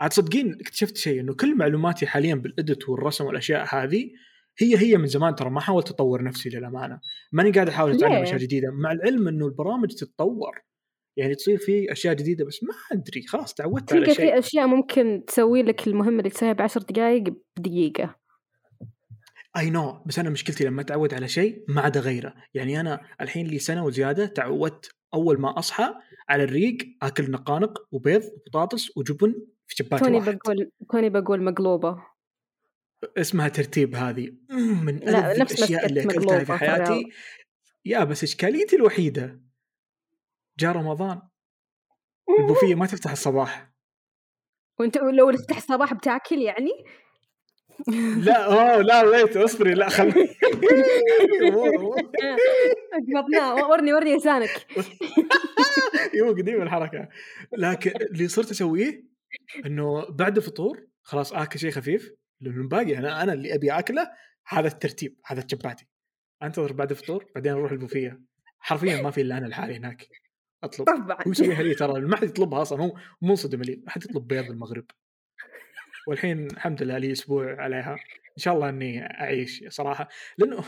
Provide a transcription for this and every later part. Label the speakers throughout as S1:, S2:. S1: عاد صدقين اكتشفت شيء انه كل معلوماتي حاليا بالادت والرسم والاشياء هذه هي هي من زمان ترى ما حاولت اطور نفسي للامانه ماني قاعد احاول اتعلم
S2: ليه؟
S1: اشياء جديده مع العلم انه البرامج تتطور يعني تصير في اشياء جديده بس ما ادري خلاص تعودت على
S2: تلقى
S1: شيء
S2: في اشياء ممكن تسوي لك المهمه اللي تسويها بعشر دقائق بدقيقه
S1: اي نو بس انا مشكلتي لما اتعود على شيء ما عاد اغيره يعني انا الحين لي سنه وزياده تعودت اول ما اصحى على الريق اكل نقانق وبيض وبطاطس وجبن في شباك
S2: توني
S1: واحد
S2: بقول توني بقول مقلوبه
S1: اسمها ترتيب هذه أمم، من
S2: لا،
S1: ألذ
S2: نفس
S1: الاشياء
S2: مسكت
S1: اللي اكلتها
S2: مقلوبة
S1: في
S2: ترى.
S1: حياتي يا بس اشكاليتي الوحيده جاء رمضان
S2: أمم.
S1: البوفيه ما تفتح الصباح
S2: وانت لو تفتح الصباح بتاكل يعني
S1: لا اوه لا ويت اصبري لا خلي
S2: قبضناه ورني ورني لسانك
S1: ايوه قديم الحركه لكن اللي صرت اسويه انه بعد الفطور خلاص اكل شيء خفيف لانه باقي انا انا اللي ابي اكله هذا الترتيب هذا تشبعتي انتظر بعد الفطور بعدين اروح البوفيه حرفيا ما في الا انا لحالي هناك اطلب
S2: طبعا
S1: هو يسويها لي ترى ما حد يطلبها اصلا هو منصدم لي ما حد يطلب بيض المغرب والحين الحمد لله لي اسبوع عليها ان شاء الله اني اعيش صراحه لانه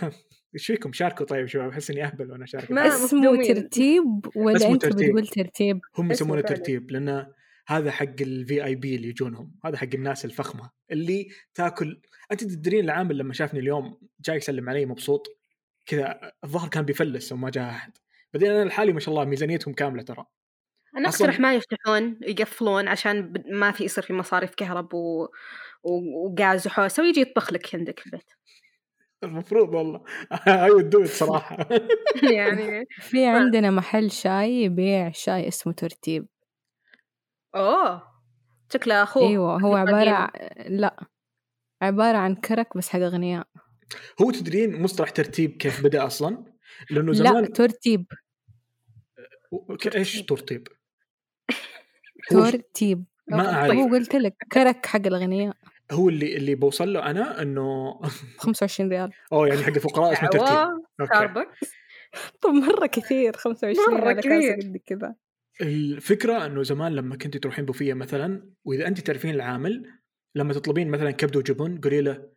S1: ايش فيكم شاركوا طيب شباب احس اني اهبل وانا اشارك
S2: ما-
S1: معاكم.
S3: اسمه
S2: مصدومين.
S3: ترتيب ولا
S1: اسمه
S3: انت
S1: ترتيب.
S3: بتقول ترتيب
S1: هم يسمونه
S2: فعلا.
S1: ترتيب لان هذا حق الفي اي بي اللي يجونهم هذا حق الناس الفخمه اللي تاكل انت تدرين العامل لما شافني اليوم جاي يسلم علي مبسوط كذا الظهر كان بيفلس وما جاء احد بعدين انا لحالي ما شاء الله ميزانيتهم كامله ترى
S2: انا
S1: أصلاً-
S2: اقترح ما يفتحون يقفلون عشان ب- ما في يصير في مصاريف كهرب و... و... وغاز وحوسه ويجي يطبخ لك عندك في البيت
S1: المفروض والله اي ود دو صراحه
S2: يعني
S3: في عندنا محل شاي يبيع شاي اسمه ترتيب
S2: اوه شكله اخوه
S3: ايوه هو
S2: قديم.
S3: عباره ع- لا عباره عن كرك بس حق اغنياء
S1: هو تدرين مصطلح ترتيب كيف بدا اصلا؟ لانه
S3: لا
S1: زمان
S3: ترتيب
S1: و- ك- ايش ترتيب؟ هو, ش-
S3: ترتيب
S1: ما أعرف.
S3: هو قلت لك كرك حق الاغنياء
S1: هو اللي اللي بوصل له انا انه
S3: ب 25 ريال
S1: اوه يعني حق الفقراء اسمه ترتيب
S2: دعوة
S1: اوكي
S2: ستاربكس
S3: طب مره كثير 25
S2: مرة
S3: على كاسة
S2: كثير.
S3: قد كذا
S1: الفكره انه زمان لما كنت تروحين بوفيه مثلا واذا انت تعرفين العامل لما تطلبين مثلا كبده وجبن قولي له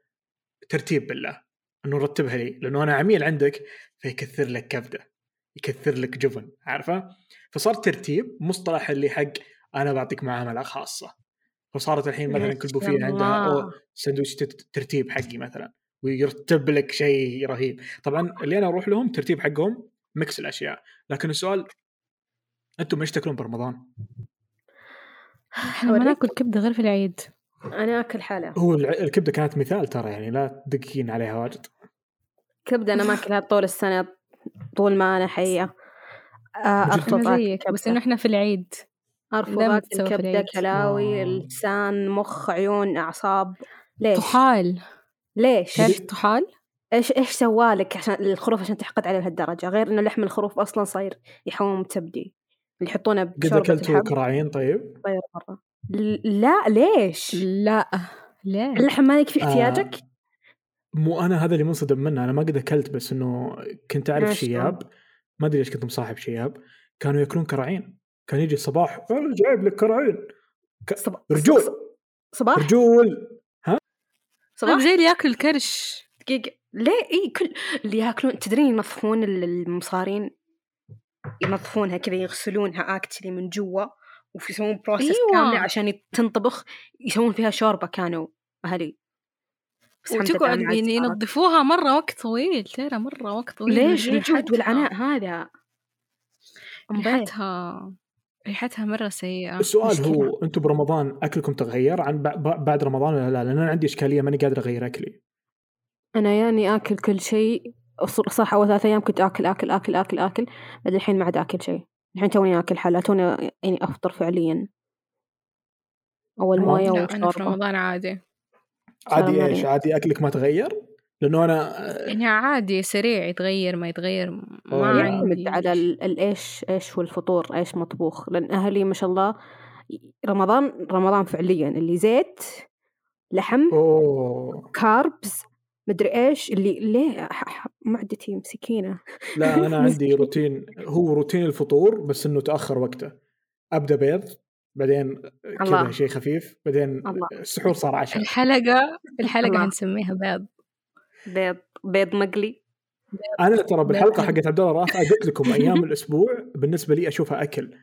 S1: ترتيب بالله انه رتبها لي لانه انا عميل عندك فيكثر لك كبده يكثر لك جبن عارفه؟ فصار ترتيب مصطلح اللي حق انا بعطيك معامله خاصه فصارت الحين مثلا كل بوفيه عندها أو
S2: الله.
S1: سندويش تت- ترتيب حقي مثلا ويرتب لك شيء رهيب طبعا اللي انا اروح لهم ترتيب حقهم مكس الاشياء لكن السؤال انتم ايش تاكلون برمضان؟
S3: احنا ما ناكل كبده غير في العيد
S2: انا اكل حالة
S1: هو الع- الكبده كانت مثال ترى يعني لا تدقين عليها واجد
S2: كبده انا ما اكلها طول السنه طول ما انا حيه آه، ارفض
S3: احنا
S2: اكل
S3: زيك بس انه
S2: كبده
S3: احنا في العيد
S2: ارفض
S3: لما
S2: اكل
S3: تسوي في
S2: كبده
S3: العيد.
S2: كلاوي
S1: آه.
S2: لسان مخ عيون اعصاب ليش؟
S3: طحال
S2: ليش؟
S3: تعرف طحال؟
S2: ايش ايش سوالك عشان الخروف عشان تحقد عليه لهالدرجه غير انه لحم الخروف اصلا صاير يحوم تبدي اللي يحطونه
S1: قد
S2: بشوربه
S1: اكلتوا
S2: الحب
S1: كراعين طيب؟
S2: صاير مره ل- لا ليش؟
S3: لا ليه؟
S2: اللحم ما يكفي
S1: آه.
S2: احتياجك؟
S1: مو انا هذا اللي منصدم منه انا ما قد اكلت بس انه كنت اعرف
S2: ماشي.
S1: شياب ما ادري ليش كنت مصاحب شياب كانوا ياكلون كراعين كان يجي الصباح انا جايب لك كراعين
S2: صب-
S1: رجول
S2: ص- صباح
S1: رجول
S3: طب
S2: صباح
S3: زي اللي ياكل الكرش
S2: دقيقة ليه اي كل اللي ياكلون تدرين ينظفون ال- المصارين ينظفونها كذا يغسلونها اكتلي من جوا ويسوون بروسس
S3: أيوة.
S2: كاملة عشان يت- تنطبخ يسوون فيها شوربة كانوا اهلي بس الحمد لله
S3: وتقعد
S2: ما عاد
S3: يعني
S2: صارت.
S3: ينظفوها مرة وقت طويل ترى مرة وقت طويل
S2: ليش
S3: من غير
S2: الجهد
S3: حتى-
S2: والعناء هذا؟ أمبارح
S3: ريحتها ريحتها مرة سيئة
S1: السؤال
S3: مشكلة.
S1: هو انتم برمضان اكلكم تغير عن بع- بع- بعد رمضان ولا لا؟ لان انا عندي اشكاليه ماني قادر اغير اكلي.
S2: أنا ياني آكل كل شيء أص- صح أول ثلاثة أيام كنت آكل آكل آكل آكل آكل بعد الحين ما عاد آكل شيء الحين توني آكل حلا توني يعني أفطر فعليا أول
S1: آه.
S2: موية
S3: لا أنا في
S2: وشوربة
S3: رمضان عادي
S1: عادي
S2: سلام
S1: ايش؟
S2: عليكم.
S1: عادي اكلك ما تغير؟ لانه انا
S3: يعني عادي سريع يتغير ما يتغير ما
S1: آه.
S3: عندي
S2: يعني يعتمد على ال- الايش ايش والفطور ايش مطبوخ لان اهلي ما شاء الله ي- رمضان رمضان فعليا اللي زيت لحم
S1: اوه
S2: كاربز مدري ايش اللي ليه ح- ح- معدتي مسكينه
S1: لا انا عندي روتين هو روتين الفطور بس انه تاخر وقته. ابدا بيض بعدين كذا
S2: الله.
S1: شيء خفيف بعدين
S2: الله.
S1: السحور صار عشاء
S3: الحلقة الحلقة
S2: الله.
S3: هنسميها بيض
S2: بيض بيض مقلي
S1: انا ترى بالحلقه
S3: بعدين-
S1: حقت عبد الله راح قلت لكم ايام الاسبوع بالنسبه لي اشوفها اكل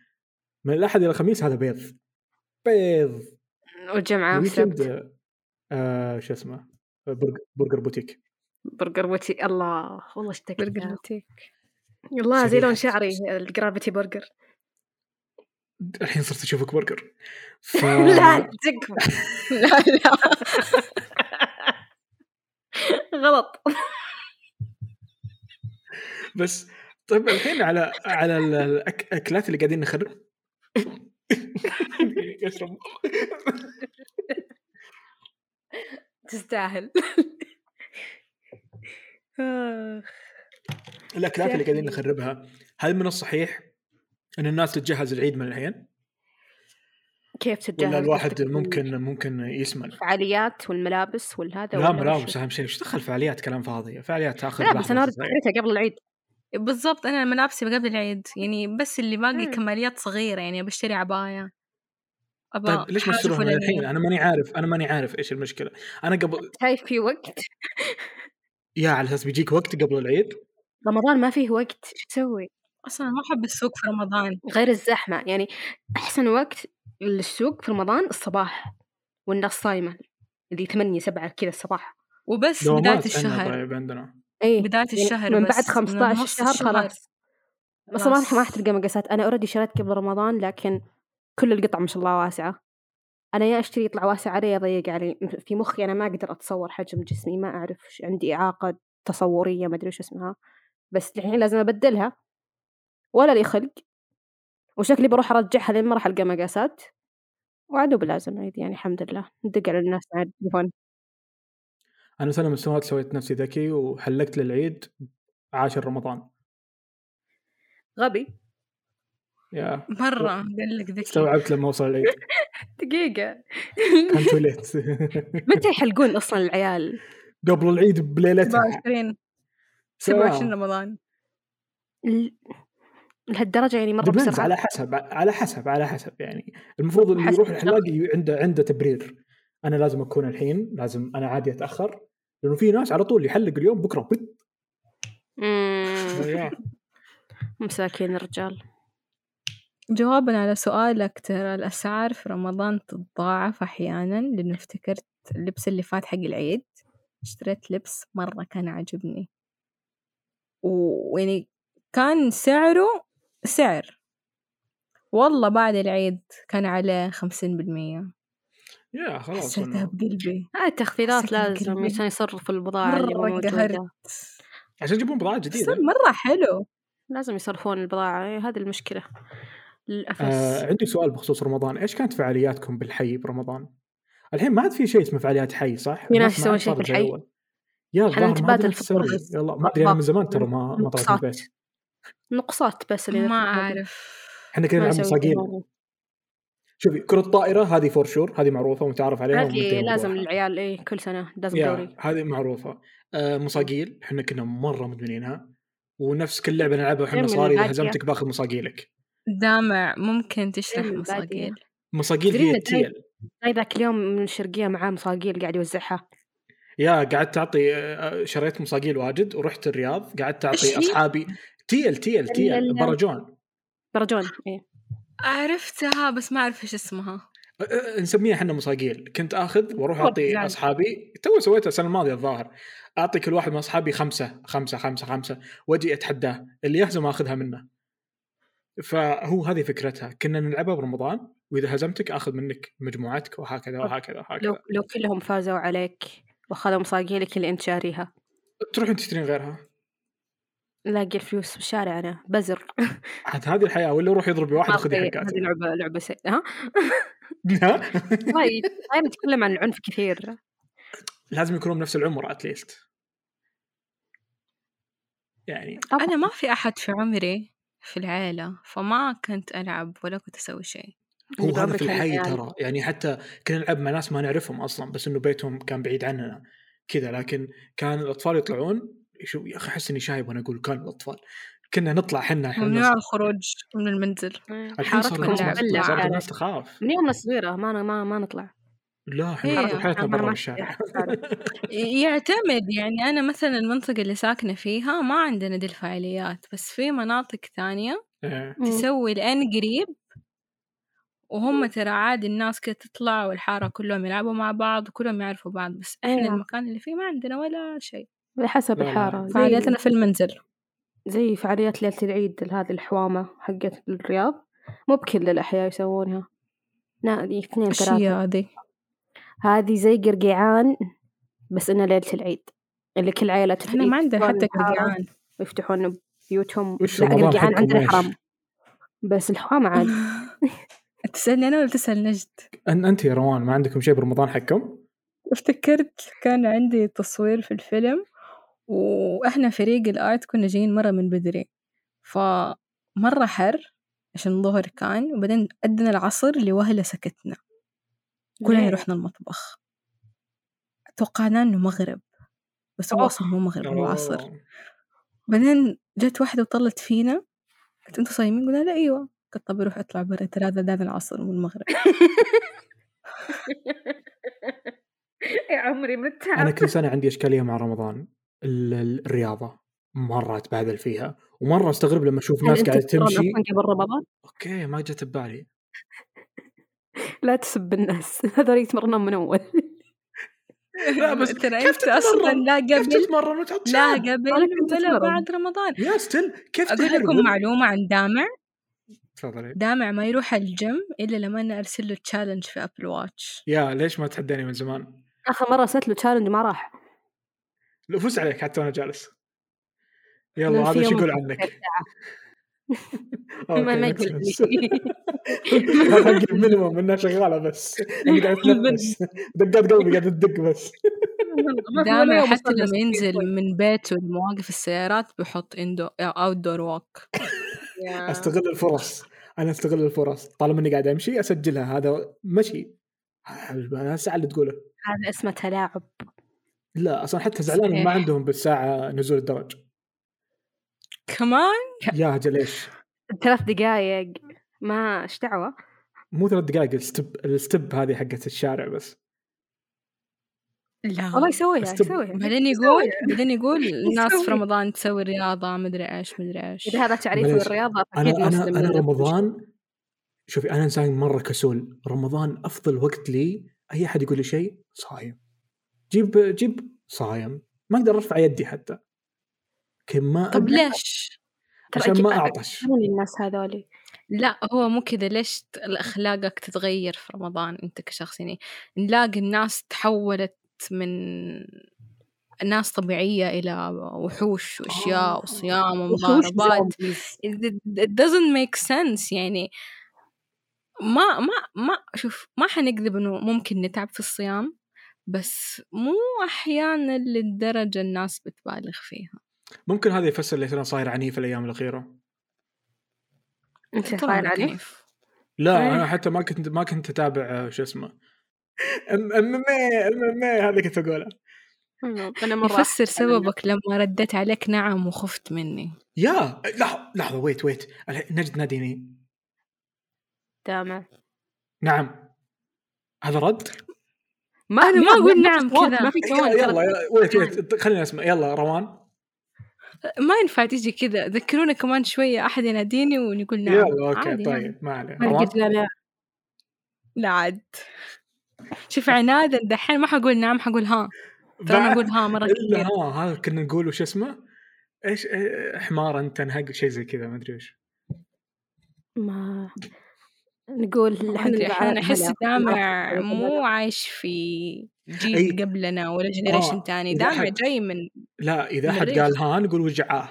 S1: من الاحد الى الخميس هذا بيض بيض
S2: والجمعة سبت
S1: الويكند آه شو اسمه برجر, برجر بوتيك
S2: برجر وتي الله والله اشتقت
S3: برجر
S2: له.
S3: بوتيك
S2: الله زي لون
S1: شبيحة.
S2: شعري الجرافيتي برجر
S1: الحين صرت اشوفك برجر ف...
S2: لا دق
S3: لا لا
S2: غلط
S1: بس طيب الحين على على ال- الأك- الاكلات اللي قاعدين نخرب اشرب
S2: تستاهل آخ.
S1: الاكلات اللي قاعدين نخربها هل من الصحيح ان الناس تتجهز العيد من الحين
S2: كيف تتجهز
S1: ولا الواحد
S2: قصدك؟
S1: ممكن ممكن يسمن
S2: الفعاليات والملابس والهذا
S1: لا
S2: ولا وش؟
S1: ملابس اهم شيء ايش دخل فعاليات كلام فاضي فعاليات تاخذ
S2: ملابس انا
S1: لحظة.
S2: اشتريتها قبل العيد
S3: بالضبط أنا ملابسي قبل العيد يعني بس اللي باقي
S2: مم.
S3: كماليات صغيرة يعني بشتري عباية أبا
S1: طيب ليش ما
S3: حاجة
S1: اشتروها من
S3: فلانية.
S1: الحين انا ماني عارف انا ماني عارف ايش المشكله انا قبل
S2: شايف في وقت
S1: يا على اساس بيجيك وقت قبل العيد
S2: رمضان ما فيه وقت شو تسوي
S3: أصلا ما أحب السوق في رمضان
S2: غير الزحمه يعني احسن وقت للسوق في رمضان الصباح والناس صايمه اللي 8 7 كذا الصباح
S3: وبس
S1: دوامات
S3: بداية
S1: عندنا
S3: الشهر
S1: طيب عندنا
S2: اي
S3: بداية الشهر
S2: إيه، يعني من
S3: بس،
S2: بعد
S3: من
S2: 15
S3: نص
S2: الشهر خلاص بس ما راح ما راح
S3: خلاص.
S2: تلقى مقاسات انا اوريدي شريت قبل رمضان لكن كل القطع ما شاء الله واسعه انا يا اشتري يطلع واسع علي يا ضيق علي في مخي انا ما اقدر اتصور حجم جسمي ما اعرف إيش- عندي اعاقه تصوريه ما ادري وش اسمها بس الحين لازم ابدلها ولا لي خلق وشكلي بروح ارجعها لين ما راح القى مقاسات وعدوا بلازم عيد يعني الحمد لله ندق على الناس على التليفون
S1: انا سنه من السنوات سويت نفسي ذكي وحلقت للعيد عاشر رمضان
S2: غبي
S1: يا
S3: مرة قال لك ذكي
S1: استوعبت لما وصل العيد
S2: دقيقه
S1: كان تو ليت
S2: متى يحلقون اصلا العيال
S1: قبل العيد بليلتها
S3: 27
S1: سلام.
S3: 27 رمضان
S2: ال- لهالدرجه يعني مره
S1: ديبينز
S2: بسرعه
S1: على حسب على حسب على حسب يعني المفروض اللي
S2: حسب
S1: يروح
S2: الشخص.
S1: الحلاق ي- عنده عنده تبرير انا لازم اكون الحين لازم انا عادي اتاخر لانه في ناس على طول يحلق اليوم بكره بد
S2: مم. مساكين الرجال
S3: جوابا على سؤالك ترى الأسعار في رمضان تتضاعف أحيانا لأنه افتكرت اللبس اللي فات حق العيد اشتريت لبس مرة كان عاجبني و- ويعني كان سعره سعر والله بعد العيد كان عليه خمسين بالمية
S1: يا خلاص
S3: حسيتها
S1: إنه-
S3: بقلبي
S2: هاي آه، التخفيضات
S3: سكن
S2: لازم
S3: قلبي.
S2: عشان يصرفوا البضاعة اللي مو
S3: مرة
S2: موجودة
S3: قهرت.
S1: عشان يجيبون بضاعه
S3: بس
S1: جديده
S3: مرة حلو
S2: لازم يصرفون البضاعة إيه، هذه المشكلة
S1: آه
S3: آه،
S2: للأسف
S1: عندي سؤال بخصوص رمضان ايش كانت فعالياتكم بالحي برمضان الين ما عاد في شيء اسمه فعاليات حي صح
S2: في
S1: الناس
S2: ناس
S1: ما عاد
S2: يسوون شيء
S1: صارت زي
S2: بالحي؟
S1: أول. يا الظاهر ما
S2: حنتبادل
S1: أدري إيش
S2: الفطور
S1: تسوي.
S2: بس.
S1: يلا ما ادري انا من زمان ترى ما ما طلعت من
S2: نقصات
S1: البيت
S2: نقصات بس اللي
S3: ما
S2: نتفق عليه.
S3: أعرف
S1: احنا كنا
S2: ما
S1: نلعب
S2: نسوي
S1: مساقين
S2: كذا.
S1: شوفي كرة الطائرة هذه فور شور هذه معروفة ومتعارف عليها
S2: هذه
S1: ومنتهي
S2: لازم
S1: موضوعها.
S2: للعيال إيه كل سنة لازم
S1: يا
S2: دوري
S1: هذه معروفة آه مصاقيل احنا كنا مرة مدمنينها ونفس كل لعبة نلعبها واحنا
S2: دايماً
S1: صغار اذا
S2: الباقية.
S1: هزمتك باخذ مصاقيلك
S3: دامع ممكن تشرح
S2: فيلم بادية.
S3: مصاقيل
S1: مصاقيل
S2: تدرين
S1: هي
S2: إن دايماً-
S1: التيل
S2: أي ذاك اليوم من الشرقية معاه مصاقيل قاعد يوزعها
S1: يا قعدت اعطي آه، شريت مصاقيل واجد ورحت الرياض قعدت
S3: إيش
S1: اعطي
S3: هي؟
S1: اصحابي تيل تيل
S2: ال-
S1: تيل
S2: ال-
S1: برجون
S2: برجون إيه
S3: عرفتها بس ما أعرف إيش اسمها
S1: آه، آه، نسميها احنا مصاقيل كنت اخذ واروح
S2: أوه،
S1: اعطي
S2: زعل.
S1: اصحابي تو سويتها السنه الماضيه الظاهر اعطي كل واحد من اصحابي خمسه خمسه خمسه خمسه واجي اتحداه اللي يهزم اخذها منه فهو هذه فكرتها كنا نلعبها برمضان واذا هزمتك اخذ منك مجموعتك وهكذا وهكذا
S2: لو
S1: وهكذا
S2: لو كلهم فازوا عليك وأخذوا مصاقيلك اللي أنت شاريها
S1: تروحين تشترين غيرها
S2: لاقي الفلوس بالشارع أنا بزر
S1: عاد هذه الحياه ولا روح يضرب واحد
S2: ما
S1: وخذي
S2: أبغي-
S1: حقاتك
S2: هذه لعبة لعبة سيئة ها
S1: ها؟
S2: والله دائما نتكلم عن العنف كثير
S1: لازم يكونون بنفس العمر اتليست يعني
S3: أنا ما في أحد في عمري في العيلة فما كنت ألعب ولا كنت أسوي شيء
S1: هو
S2: اللي
S1: هذا
S2: بعمري
S1: في
S2: كان
S1: الحي
S2: يعني
S1: ترى يعني حتى كنا نلعب مع ناس ما نعرفهم اصلا بس انه بيتهم كان بعيد عننا كذا لكن كان الاطفال يطلعون شو يا اخي احس اني شايب وانا اقول كان الاطفال كنا نطلع حنا
S3: ممنوع الخروج من المنزل
S1: الحين صار
S2: حارتكم
S1: الناس
S3: لعب.
S1: تطلع،
S2: مولعة
S1: صارت
S2: على
S1: الناس تخاف
S2: من يومنا صغيرة ما أنا ما ما نطلع
S1: لا
S3: إيه،
S1: احنا نخرج حياتنا
S2: أنا
S1: برا
S2: ما-
S1: الشارع
S3: يعتمد يعني أنا مثلا المنطقة اللي ساكنة فيها ما عندنا دي الفعاليات بس في مناطق تانية
S1: إيه.
S3: تسوي الآن قريب وهم ترى عادي الناس كده تطلع والحارة كلهم يلعبوا مع بعض وكلهم يعرفوا بعض بس احنا
S2: أيوة.
S3: المكان اللي فيه ما عندنا ولا شيء
S2: بحسب
S1: لا، لا.
S2: الحارة زي,
S3: فعالياتنا في المنزل
S2: زي فعاليات ليلة العيد هذه الحوامة حقت الرياض مو بكل الأحياء يسوونها لا دي اثنين ثلاثة
S3: الأشياء دي
S2: هذه زي قرقيعان بس إنها ليلة العيد اللي كل عائلة
S3: احنا ما عندنا حتى قرقعان
S2: يفتحون بيوتهم
S1: وش
S2: لا
S1: رمضان
S2: قرقيعان
S1: حقكم
S2: عندنا
S1: إيش؟
S2: حرام بس الحوامة عادي
S3: تسألني أنا ولا تسأل نجد؟
S1: أن انت يا روان ما عندكم شيء برمضان حقكم؟
S3: افتكرت كان عندي تصوير في الفيلم واحنا فريق الارت كنا جايين مره من بدري فمره حر عشان الظهر كان وبعدين أدنا العصر لوهلة سكتنا كلنا رحنا المطبخ توقعنا انه مغرب بس هو
S2: أوه.
S3: اصلا مو مغرب هو عصر
S1: أوه.
S3: بعدين جت واحدة وطلت فينا قلت انتوا صايمين قلنا لا ايوه قلت طب روح اطلع برا ترى هذا ده العصر مو المغرب
S2: يا عمري من
S1: انا كل سنه عندي اشكاليه مع رمضان ال- ال- الرياضه مره اتبهذل فيها ومره استغرب لما
S2: يعني
S1: اشوف ناس قاعده تمشي
S2: قبل رمضان
S1: اوكي ما جت ببالي
S2: لا تسب الناس هذول يتمرنون من اول
S1: لا، بس
S3: ترى
S1: كيف
S3: انت اصلا
S1: تتمرن؟
S3: لا
S1: كيف
S3: قبل
S1: تتمرن وتحط
S3: لا
S1: شعر؟
S3: قبل
S2: أنا كنت
S3: ولا
S2: أتمرن.
S3: بعد رمضان
S1: يا ستيل كيف
S3: أقول لكم
S1: تهرول؟
S3: معلومة عن دامع
S1: تفضلي
S3: دامع ما يروح الجيم إلا لما أنا أرسل له تشالنج في أبل واتش
S1: يا ليش ما تحداني من زمان؟
S2: اخر مره سألت له تشالنج ما راح
S1: لو فزت عليك حتى وانا جالس
S2: لأن
S1: يلا
S2: في
S1: هذا ايش
S2: يوم
S1: يقول عنك؟
S2: الخميس ما
S1: أوكي،
S2: ما
S1: makes
S2: يقول لي
S1: sense. هذا حق المينيموم انها شغاله بس انا قاعد اتنفس دقات قلبي قاعده تدق بس
S3: دامع حتى لما ينزل من بيته لمواقف السيارات بيحط آه، اندو اوت دور ووك
S1: استغل الفرص انا استغل الفرص طالما اني قاعد امشي اسجلها هذا مشي انا الساعه اللي تقوله
S2: هذا اسمه تلاعب
S1: لا اصلا حتى زعلان إن ما
S3: صحيح.
S1: عندهم بالساعه نزول الدرج
S3: كمان
S1: يا اجل ايش
S2: ثلاث دقائق ما ايش دعوه
S1: مو ثلاث دقائق الستب الستب هذه حقت الشارع بس
S2: والله
S3: لا
S2: يسويها
S1: استب-
S2: يسويها
S3: بعدين يقول بعدين يقول الناس في
S2: يسوي.
S3: رمضان تسوي رياضة مدري ايش مدري ايش
S2: اذا هذا تعريف
S1: معليش.
S2: للرياضه
S1: انا
S2: فاكيد
S1: انا
S2: مسلم
S1: انا
S2: لازم
S1: رمضان شوفي انا انسان مره كسول رمضان افضل وقت لي اي احد يقول لي شيء صايم جيب جيب صايم ما اقدر ارفع يدي حتى لكن ما
S3: طب
S1: أقدر
S3: ليش؟
S2: ترى
S1: عشان
S2: أجيب-
S1: ما اعطش
S2: شنو الناس هذولي
S3: لا هو مو كذا ليش ت- أخلاقك تتغير في رمضان أنت كشخص يعني نلاقي الناس تحولت من ناس طبيعية إلى وحوش وأشياء
S1: آه.
S3: وصيام
S2: وحوش
S3: ومضاربات
S2: زومبيز.
S3: it, it doesn't make sense يعني ما ما ما شوف ما حنكذب إنه ممكن نتعب في الصيام بس مو أحيانا للدرجة الناس بتبالغ فيها
S1: ممكن هذا يفسر ليش انا صاير عنيف الايام الاخيره
S2: انت
S3: طبعاً
S2: صاير عليه
S3: كيف.
S1: لا
S2: إيه.
S1: انا حتى ما كنت ما كنت اتابع آه، شو اسمه ام ام ام ام هذا كنت اقوله
S2: انا مره
S3: يفسر سببك لما رديت عليك نعم وخفت مني
S1: يا لحظه لحظه ويت ويت نجد ناديني
S2: دامع
S1: نعم هذا رد إيه،
S2: ما
S3: أنا ما أقول نعم
S2: أصوات،
S3: كذا.
S2: ما في
S1: يلا
S2: كمان
S1: يلا
S2: ترى.
S1: يلا، ويت ويت خلينا اسمع يلا روان
S3: ما ينفع تيجي كذا ذكرونا كمان شوية أحد يناديني ونقول نعم
S1: يلا اوكي
S3: عادي، نعم.
S1: طيب ما عليه
S2: ما
S1: روان
S2: لقيت لا لا
S3: لا عاد شوف عناد دحين ما حقول نعم حقول ها ترى أنا
S1: بعد-
S3: أقول ها مرة
S1: الا
S3: كثير
S1: ها هذا كنا نقول وش اسمه ايش إيه، حمار انت تنهق شيء زي كذا ما ادري وش
S2: ما نقول
S3: ما أدري، أحيانا أحس دامع
S2: لا.
S3: مو عايش في جيل
S1: أي.
S3: قبلنا ولا
S1: آه،
S3: جنريشن تاني
S1: إذا
S3: دامع
S1: حد-
S3: جاي من
S1: لا اذا احد
S3: مريض.
S1: قال ها نقول وجعاه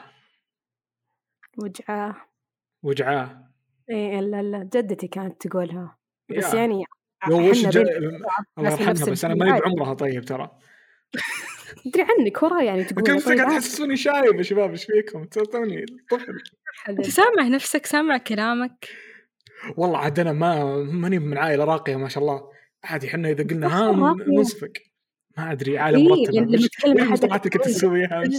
S2: وجعه
S1: وجعاه
S2: ايه لا لا جدتي كانت تقولها بس
S1: يا.
S2: يعني
S1: لو وش
S2: إحنا
S1: جا...
S2: بين-
S1: الله
S2: نفس
S1: يرحمها بس انا ماني
S2: الجيل.
S1: بعمرها طيب ترى
S2: ادري عنك ورا يعني تقول
S1: كم
S2: طيب
S1: سنه قاعد
S2: عادي.
S1: تحسسوني شايب يا شباب ايش فيكم؟ توني طفل
S3: أنت سامع نفسك سامع كلامك
S1: والله عاد انا ما ماني من عائله راقيه ما شاء الله عادي احنا اذا قلنا ها
S2: أصلاً راقية.
S1: نصفق ما ادري عالم
S2: إيه
S1: مرتبه
S2: لما
S1: وش-
S2: تتكلم
S1: وش
S2: عن حد
S1: المصطلحات اللي كنت
S2: يقول-
S1: تسويها
S3: ال-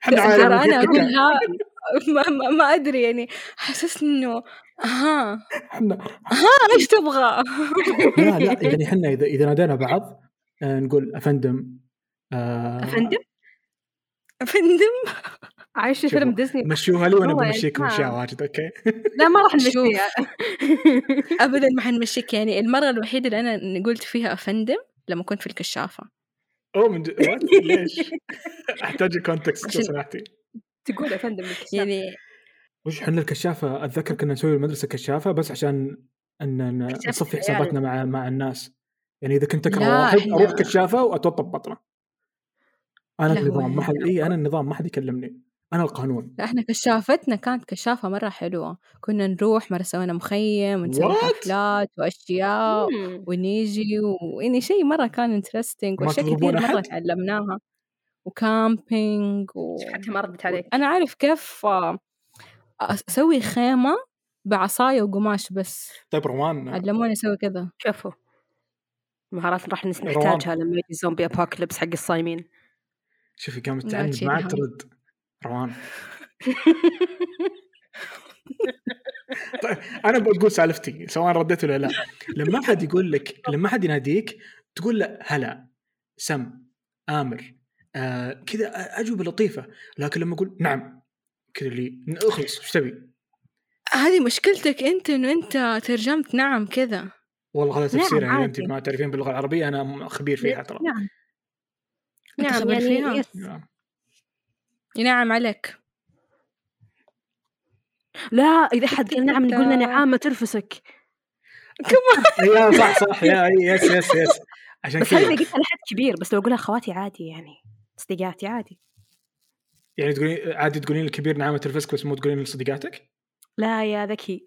S1: حد يعني.
S3: ترى
S1: عالم
S3: انا
S1: وكيف كان.
S3: اقولها ما, ما, ما ادري يعني حسسني انه ها
S1: حنا
S3: ها ايش تبغى؟
S1: لا لا يعني حنا اذا اذا نادينا بعض آه، نقول افندم آه،
S2: افندم
S3: فندم
S2: عايش
S1: شوفوا،
S2: فيلم ديزني
S1: مشوها لي وانا
S2: والله
S1: بمشيكم
S2: يا جماعة.
S1: اشياء واجد اوكي
S2: لا ما راح
S3: شوف.
S2: نمشيها
S3: ابدا ما حنمشيك يعني المره الوحيده اللي انا قلت فيها افندم لما كنت في الكشافه
S1: اوه من ج- what؟ ليش؟ احتاج كونتكست لو
S3: عشان-
S1: سمحتي
S2: تقول افندم يعني
S3: يعني
S1: وش حنا الكشافه اتذكر كنا نسوي المدرسه كشافه بس عشان ان ن-
S2: كشافة
S1: نصفي
S2: العيال.
S1: حساباتنا مع مع الناس يعني اذا كنت اكره
S3: لا،
S1: واحد
S3: إحنا-
S1: اروح كشافه واتوطى ببطنه انا
S3: لا، هو
S1: النظام ما حد
S3: إحنا-
S1: اي انا النظام ما حد يكلمني انا القانون
S3: لا احنا كشافتنا كانت كشافه مره حلوه كنا نروح مره سوينا مخيم ونسوي
S1: What؟
S3: حفلات واشياء
S2: مم.
S3: ونيجي ويعني شيء مرة كان انترستنج
S1: ما
S3: وأشياء
S1: تضربون
S3: كثير مرة
S1: أحد؟
S3: تعلمناها وكامبينج و...
S2: حتى ما ردت عليك
S3: أنا عارف كيف آه، أسوي خيمة بعصاية وقماش بس
S1: طيب روان
S3: علموني أسوي كذا
S2: شوفوا مهارات راح نس-
S1: روان.
S2: نحتاجها لما يجي زومبي ابوكليبس حق الصايمين
S1: شوفي قامت
S3: لا
S1: تعنف ما
S3: تشيلها.
S1: عاد ترد روان طيب انا بقول سالفتي سواء رديت ولا لا لما حد يقول لك لما حد يناديك تقول له هلا سم امر آه كذا اجوبه لطيفه لكن لما اقول نعم كذا اللي "ن- اخلص ايش تبي؟
S3: هذه مشكلتك أنت إنه أنت ترجمت نعم كذا
S1: والله هذا تفسير
S2: نعم،
S1: يعني
S2: عادي.
S1: انت ما تعرفين باللغه العربيه انا م- خبير فيها ترى
S2: نعم
S3: أنت
S2: نعم
S3: خبير فيها؟
S2: يعني يس.
S1: نعم.
S3: ينعم نعم عليك
S2: لا اذا حد قال نعم نقول له نعامه ترفسك
S1: يا صح صح يا أي، يس يس يس عشان
S2: بس هذه اذا
S1: كذا
S2: قلتها لحد كبير بس لو اقولها خواتي عادي يعني صديقاتي عادي
S1: يعني تقولين عادي تقولين الكبير نعمة ترفسك بس مو تقولين لصديقاتك؟
S2: لا يا ذكي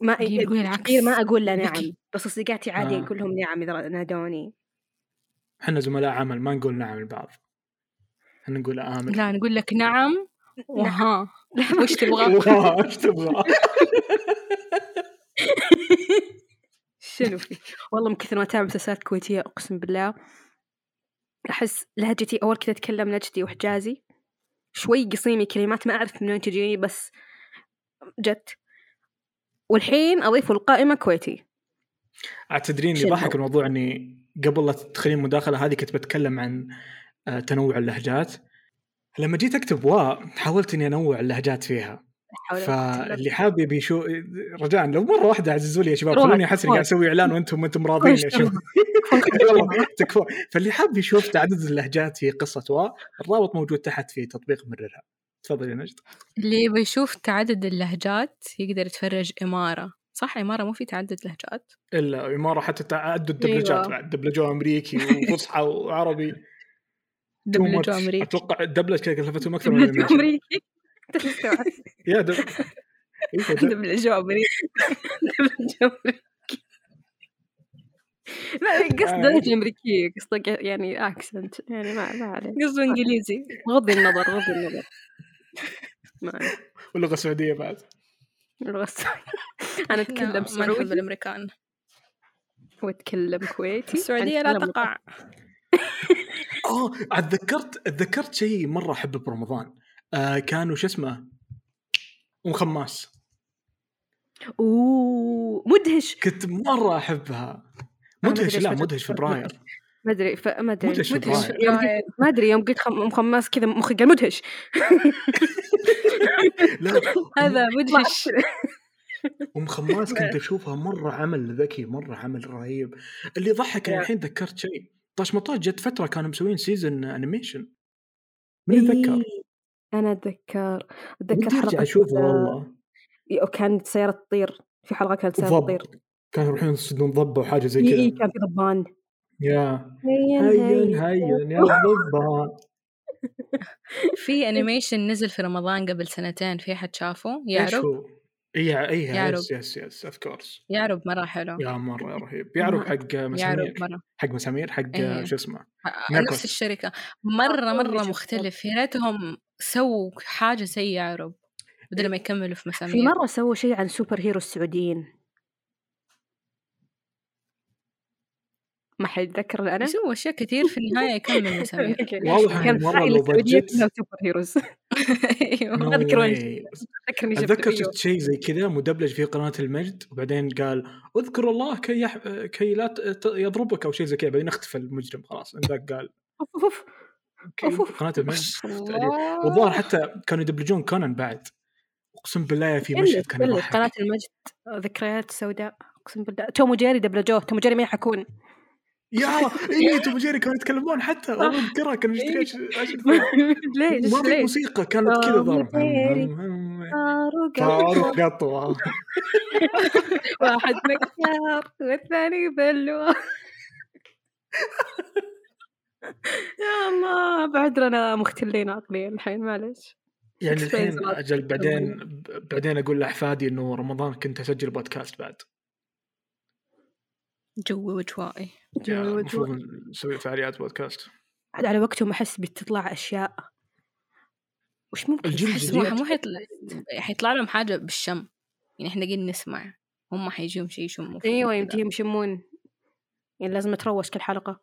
S2: ما
S3: يقول العكس.
S2: كثير ما اقول له نعم
S3: ذكي.
S2: بس صديقاتي عادي
S1: آه.
S2: اقول لهم نعم اذا نادوني
S1: احنا زملاء عمل ما نقول نعم لبعض احنا نقول امر
S3: لا نقول لك نعم وها وش تبغى؟
S1: الله، ايش تبغى؟
S2: شنو في والله من كثر ما اتابع مسلسلات كويتيه اقسم بالله احس لهجتي اول كذا اتكلم لهجتي وحجازي شوي قصيمي كلمات ما اعرف من وين تجيني بس جت والحين اضيف القائمه كويتي
S1: عاد تدرين اللي
S2: شنو؟
S1: ضحك الموضوع اني قبل لا تدخلين المداخله هذه كنت بتكلم عن آه، تنوع اللهجات لما جيت اكتب واء حاولت اني انوع اللهجات فيها فاللي حابب يشو رجاء لو مره واحده عززوا لي يا شباب
S2: روح،
S1: خلوني احس اني
S2: روح.
S1: قاعد اسوي اعلان وانتم انتم راضين يا شباب والله تكفى فاللي حاب يشوف تعدد اللهجات في قصه واء الرابط موجود تحت في تطبيق مررها تفضل يا نجد
S3: اللي بيشوف تعدد اللهجات يقدر يتفرج إمارة صح إمارة مو في تعدد لهجات
S1: الا اماره حتى تعدد دبلجات
S3: أيوة.
S1: بعد دبلجوه امريكي وفصحى وعربي
S3: دبلجو
S1: Too much.
S3: أمريكي
S1: اتوقع الدبلج كذا كلفتهم اكثر من الأنيميشن.
S2: امريكي تستوعب
S1: يا دب إيه دب-
S3: دبلجو أمريكي
S2: لا قصده
S1: آه.
S2: لهجه امريكيه قصده يعني اكسنت يعني ما ما عليه
S3: قصده إنجليزي
S2: غض النظر غض النظر ما عليه.
S1: واللغه السعوديه بعد
S2: اللغة السعودية. انا اتكلم
S3: ما نحب
S2: سعودي
S3: الأمريكان
S2: واتكلم كويتي
S3: السعودية لا
S2: أتكلم
S3: تقع
S1: اه عاد تذكرت تذكرت شيء مره احبه برمضان آه كانوا شو اسمه ام خماس
S2: لغة- اوه مدهش
S1: كنت مره احبها
S2: ما
S1: مدهش
S2: أدري
S1: لا
S2: إيش
S1: مدهش فبراير
S2: ما ادري ف- ما ادري
S1: مدهش
S3: مدهش
S1: فبراير
S2: يوم قلت- ما ادري يوم قلت خم... مخماس كذا مخي قال مدهش
S1: لا
S3: هذا مدهش
S1: ام خماس كنت اشوفها مره عمل ذكي مره عمل رهيب اللي ضحك انا
S2: يا.
S1: الحين تذكرت شيء طاش مطاش جت فتره كانوا مسوين سيزون انيميشن من يتذكر؟
S2: إيه، انا اتذكر اتذكر
S1: ودي ارجع
S2: حلقة
S1: اشوفه
S2: آه،
S1: والله
S2: وكانت سيارة تطير في حلقة كانت سيارة
S1: ضب.
S2: تطير
S1: كانوا يروحون يصيدون ضبه وحاجه زي
S2: اي إي،
S1: كذا
S2: إيه، كان في ضبان
S1: يا
S2: هين
S1: هين هين يا ضبه
S3: في أنيميشن نزل في رمضان قبل سنتين في حد شافه
S1: ايش
S3: يعرب
S1: هو؟ اي اي
S3: يعرب.
S1: يس يس يس اوف كورس
S3: يعرب مرة حلو
S1: يا مره رهيب يعرب حق
S3: يعرب
S1: مسامير
S3: مرة
S1: حق مسامير حق
S3: إيه.
S1: شو اسمه ناكوس.
S3: نفس الشركة
S2: آه،
S3: مرة
S2: أول
S3: مرة
S2: شيء.
S3: مختلف يا ريتهم سووا حاجة زي يعرب بدل ما يكملوا في مسامير
S2: في مرة سووا شيء عن سوبر هيرو السعوديين ما حيتذكر الا انا
S3: يسوي اشياء كثير في النهايه يكمل مسامير
S1: واضح إن
S2: كان
S1: والله
S2: والله
S1: لو
S2: لو
S1: بجد-
S2: سوبر هيروز
S3: ايوه
S2: ما أيوه. أذكر وين
S1: إيه.
S2: اتذكر اني شفته
S1: اتذكر
S2: أيوه.
S1: شفت شيء زي كذا مدبلج في قناه المجد وبعدين قال اذكر الله كي يح... كي لا ت- ت- يضربك او شيء زي كذا بعدين اختفى المجرم خلاص إن ذاك قال
S2: أوف، أوف.
S1: كي-
S2: أوف أوف.
S1: قناه المجد تقريباً.
S3: الله.
S1: والظاهر حتى كانوا يدبلجون كونان بعد اقسم بالله في
S2: قلت-
S1: مشهد كان
S2: قلت
S1: يضحك.
S2: قناة المجد آه، ذكريات سوداء اقسم بالله توم وجيري دبلجوه توم وجيري ما يحكون
S1: يا اي توم وجيري كانوا يتكلمون حتى والله اذكرها كانوا
S2: إيه.
S1: يشتري أش- أش-
S2: ليش
S1: ما في
S2: ليش
S1: موسيقى كانت كذا
S2: توم
S1: ضرب
S2: وجيري. فاروق
S1: فاروق قطوه
S2: واحد نكار والثاني بلوى يا الله بعد لنا مختلين عقليا الحين معليش
S1: يعني
S2: Expense
S1: الحين
S2: lot.
S1: اجل بعدين ب- بعدين اقول لاحفادي انه رمضان كنت اسجل بودكاست بعد
S3: جوي وجوائي
S1: يعني المفروض نسوي فعاليات بودكاست
S2: عاد على وقتهم احس بتطلع اشياء وش ممكن
S1: الجيل
S2: تحس
S1: الجديد.
S2: واحد
S3: مو حيطلع حيطلع لهم حاجه بالشم يعني احنا قاعدين نسمع هم حيجيهم شيء يشموا فيه
S2: ايوه
S3: كده.
S2: يمديهم يشمون يعني لازم اتروش كل حلقه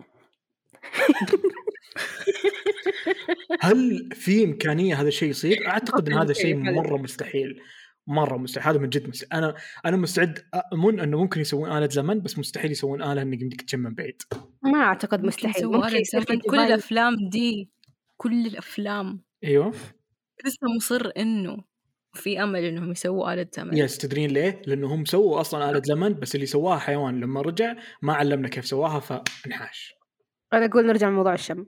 S1: هل في امكانيه هذا الشيء يصير؟ اعتقد ان هذا الشيء
S2: أوكي، حلو.
S1: مره مستحيل مره مستحيل هذا من جد مستحيل انا انا مستعد اؤمن انه ممكن يسوون اله زمن بس مستحيل يسوون اله انك يمديك تشم من بعيد
S2: ما اعتقد مستحيل
S3: يسووا
S2: ممكن
S3: ألم
S2: يصير في
S3: زمن. كل
S2: ديفايس.
S3: الافلام دي كل الافلام
S1: ايوه
S3: لسه مصر انه في امل انهم يسووا آلة زمن
S2: يعني.
S1: يس تدرين ليه؟ لانه هم سووا اصلا اله زمن بس اللي سواها حيوان لما رجع ما علمنا كيف سواها فانحاش
S2: انا اقول نرجع لموضوع الشم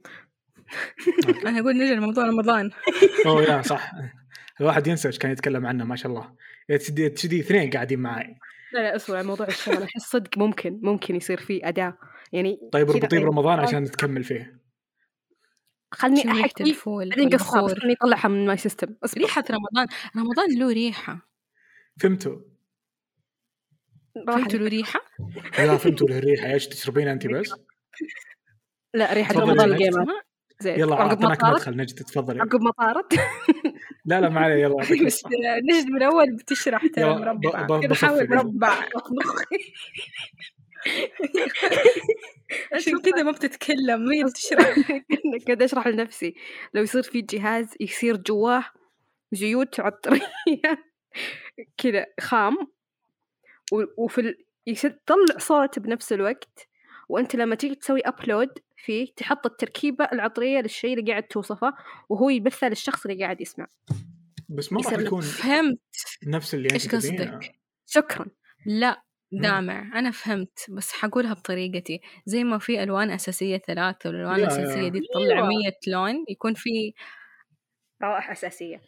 S3: انا اقول نرجع لموضوع رمضان
S1: اوه يا صح الواحد ينسى ايش كان يتكلم عنه ما شاء الله إيه، تشدي تشدي اثنين قاعدين معاي
S2: لا لا اسمع عن موضوع الشم انا احس صدق ممكن ممكن يصير في اداء يعني
S1: طيب
S2: كذا
S1: ربطي
S2: يعني
S1: برمضان عشان نتكمل فيه
S2: خلني
S3: شم ريحة
S2: احكي
S3: الفول
S2: بعدين قصها بس
S3: والخور
S2: خلني اطلعها من ماي سيستم اصبر
S3: ريحة رمضان رمضان له ريحة
S1: فهمتوا
S2: راحت.
S3: فهمتوا له ريحة؟
S1: لا فهمتوا الريحه ايش تشربين انت بس
S2: لا ريحه
S1: تفضلي
S2: رمضان
S1: زينب.
S2: القيمه
S3: ما-
S2: زين
S1: يلا
S2: عقب ما
S1: اعطيناك
S2: طارت
S1: مدخل نجد تفضلي
S2: عقب أيوة، ما طارت
S1: لا لا ما عليه يلا أعطيك
S3: بس
S1: مدخل.
S3: نجد من اول بتشرح ترى
S1: يلا، ب-
S3: مربع
S1: ب-
S3: كذا حاول
S1: بصفق.
S3: مربع عشان كذا ما بتتكلم ما هي بتشرح
S2: قاعد اشرح لنفسي لو يصير في جهاز يصير جواه زيوت عطريه كذا خام و- وفي ال... يصير تطلع صوت بنفس الوقت وانت لما تيجي تسوي ابلود فيه تحط التركيبه العطريه للشيء اللي قاعد توصفه وهو يبثها للشخص اللي قاعد يسمع
S1: بس ما راح
S2: يصير لك
S1: يكون
S3: فهمت
S1: نفس اللي انت
S3: إيش قصدك؟
S1: تبينه.
S2: شكرا
S3: لا
S1: مم.
S3: دامع انا فهمت بس حقولها بطريقتي زي ما في الوان اساسيه ثلاثه والالوان
S1: يا-
S3: الاساسيه دي
S2: أيوة.
S3: تطلع مية لون يكون في
S2: روائح اساسيه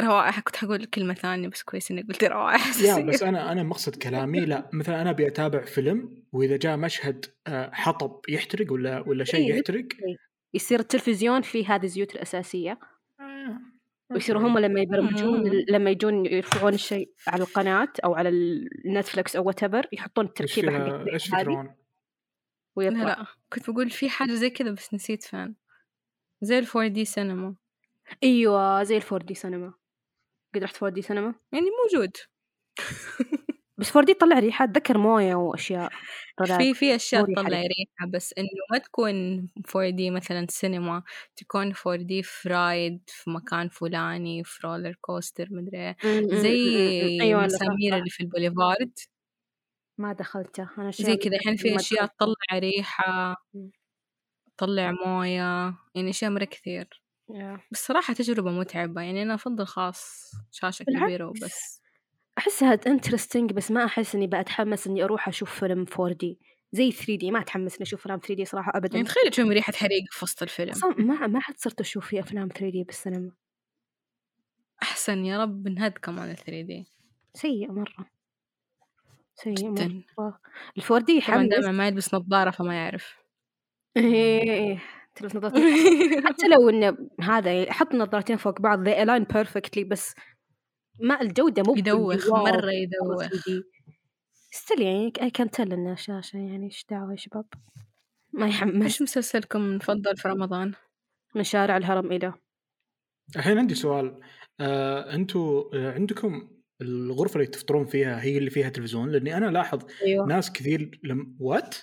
S3: روائح كنت حقول كلمه ثانيه بس كويس اني قلت روائح
S1: لا
S3: اساسيه
S1: بس انا انا مقصد كلامي لا مثلا انا ابي اتابع فيلم واذا جاء مشهد آه، حطب يحترق ولا ولا شيء
S2: إيه.
S1: يحترق
S2: يصير التلفزيون فيه هذه الزيوت الاساسيه
S1: آه،
S2: ويصيروا هم لما يبرمجون
S3: مم.
S2: لما يجون يرفعون الشيء على القناة أو على النتفلكس أو whatever يحطون
S1: إيش
S2: التركيبة
S1: فيها-
S2: حقت
S1: ايش
S2: هذه
S1: فكرون؟
S3: لا
S2: ويطلع
S3: لا كنت بقول في حاجه زي كذا بس نسيت فين زي الفور دي سينما
S2: أيوة زي الفور دي سينما قد رحت فور دي سينما
S3: يعني موجود
S2: بس فور دي طلع ريحة أتذكر موية وأشياء طلعت.
S3: في في اشياء
S2: مو ريحة
S3: تطلع
S2: لك.
S3: ريحه بس انه ما تكون 4 دي مثلا سينما تكون 4 دي في رايد في مكان فلاني في رولر كوستر مدري إيه.
S2: م- م- م-
S3: زي
S2: م- م- أيوة أنا
S3: المسامير
S2: فاهمة.
S3: اللي في البوليفارد
S2: ما دخلته أنا أشياء
S3: زي كذا الحين في
S2: ما
S3: اشياء
S2: دخلتها.
S3: تطلع ريحه
S2: مم.
S3: تطلع مويه يعني اشياء مره كثير
S2: يا.
S3: بصراحه تجربه متعبه يعني انا افضل خاص شاشه
S2: بالعكس.
S3: كبيره وبس
S2: أحسها انترستنج بس ما أحس إني بتحمس إني أروح أشوف فيلم فور دي زي 3 دي ما أتحمس إني أشوف فيلم 3 دي صراحة أبدا
S3: يعني تخيل تشم ريحه حريق في وسط الفيلم
S2: أصلا ما ما حد صرت أشوف في أفلام 3 دي بالسينما
S3: احسن يا رب نهد كمان 3 دي
S2: سيء مرة سيء مرة
S3: جدا
S2: الفوردي
S3: طبعا
S2: يحمس
S3: دائما ما يلبس نظاره فما يعرف
S2: إيه إيه إيه. تلبس نظارتين حتى لو انه هذا يعني حط نظارتين فوق بعض they align perfectly بس ما الجودة مو
S3: يدوخ مرة يدوخ
S2: ستيل يعني I can tell انه شاشة يعني ايش دعوة يا شباب ما يحمس
S3: ايش مسلسلكم المفضل في رمضان؟
S2: من شارع الهرم إلى
S1: الحين عندي سؤال آه، انتوا آه، عندكم الغرفه اللي
S2: آه.
S3: أيوه،
S2: نعم.
S1: تفطرون فيها هي اللي فيها تلفزيون لاني انا لاحظ
S2: ايوه
S1: ناس كثير لم وات